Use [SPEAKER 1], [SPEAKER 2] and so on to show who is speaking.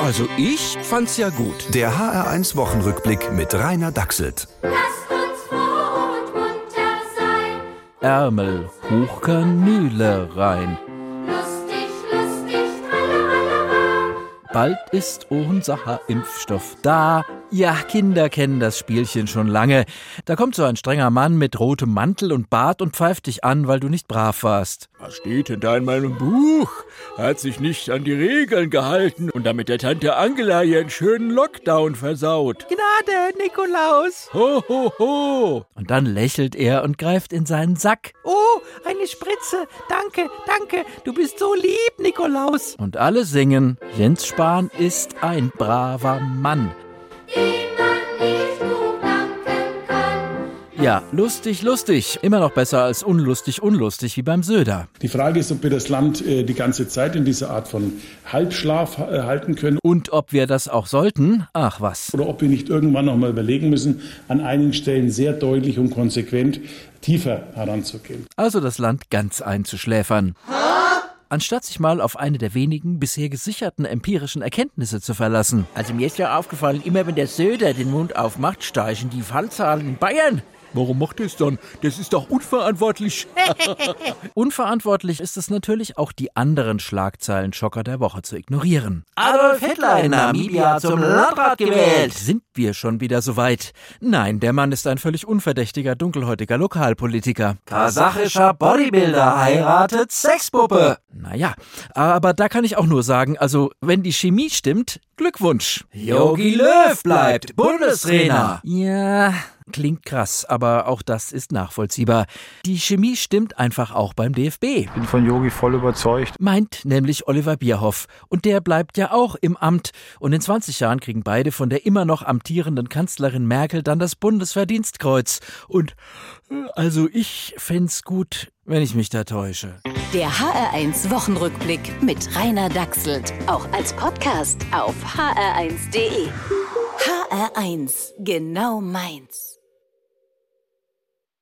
[SPEAKER 1] Also ich fand's ja gut.
[SPEAKER 2] Der HR1 Wochenrückblick mit Rainer Dachselt.
[SPEAKER 3] Lasst uns froh und munter sein,
[SPEAKER 4] Ärmel hoch, Kanüle rein.
[SPEAKER 3] lustig, lustig, tralala.
[SPEAKER 4] Bald ist unser Impfstoff da. Ja, Kinder kennen das Spielchen schon lange. Da kommt so ein strenger Mann mit rotem Mantel und Bart und pfeift dich an, weil du nicht brav warst.
[SPEAKER 5] Was steht denn da in meinem Buch? Hat sich nicht an die Regeln gehalten und damit der Tante Angela ihren schönen Lockdown versaut.
[SPEAKER 4] Gnade, Nikolaus!
[SPEAKER 5] Ho, ho, ho!
[SPEAKER 4] Und dann lächelt er und greift in seinen Sack.
[SPEAKER 6] Oh, eine Spritze. Danke, danke. Du bist so lieb, Nikolaus.
[SPEAKER 4] Und alle singen. Jens Spahn ist ein braver Mann.
[SPEAKER 3] Dem man nicht genug danken kann.
[SPEAKER 4] Ja, lustig, lustig. Immer noch besser als unlustig, unlustig wie beim Söder.
[SPEAKER 7] Die Frage ist, ob wir das Land äh, die ganze Zeit in dieser Art von Halbschlaf äh, halten können
[SPEAKER 4] Und ob wir das auch sollten? Ach was.
[SPEAKER 7] oder ob wir nicht irgendwann noch mal überlegen müssen, an einigen Stellen sehr deutlich und konsequent tiefer heranzugehen.
[SPEAKER 4] also das Land ganz einzuschläfern. Anstatt sich mal auf eine der wenigen bisher gesicherten empirischen Erkenntnisse zu verlassen.
[SPEAKER 6] Also mir ist ja aufgefallen, immer wenn der Söder den Mund aufmacht, steigen die Fallzahlen in Bayern.
[SPEAKER 5] Warum macht ihr's dann? Das ist doch unverantwortlich.
[SPEAKER 4] Unverantwortlich ist es natürlich auch, die anderen Schlagzeilen-Schocker der Woche zu ignorieren.
[SPEAKER 6] Adolf Hitler in Namibia zum Landrat gewählt.
[SPEAKER 4] Sind wir schon wieder so weit? Nein, der Mann ist ein völlig unverdächtiger, dunkelhäutiger Lokalpolitiker.
[SPEAKER 6] Kasachischer Bodybuilder heiratet Sexpuppe.
[SPEAKER 4] Naja, aber da kann ich auch nur sagen, also, wenn die Chemie stimmt, Glückwunsch.
[SPEAKER 6] Jogi Löw bleibt Bundestrainer.
[SPEAKER 4] Ja, klingt krass, aber auch das ist nachvollziehbar. Die Chemie stimmt einfach auch beim DFB,
[SPEAKER 8] bin von Yogi voll überzeugt.
[SPEAKER 4] meint nämlich Oliver Bierhoff. Und der bleibt ja auch im Amt. Und in 20 Jahren kriegen beide von der immer noch amtierenden Kanzlerin Merkel dann das Bundesverdienstkreuz. Und äh, also ich fänd's gut, wenn ich mich da täusche.
[SPEAKER 9] Der HR1 Wochenrückblick mit Rainer Dachselt. Auch als Podcast auf hr1.de. HR1, genau meins.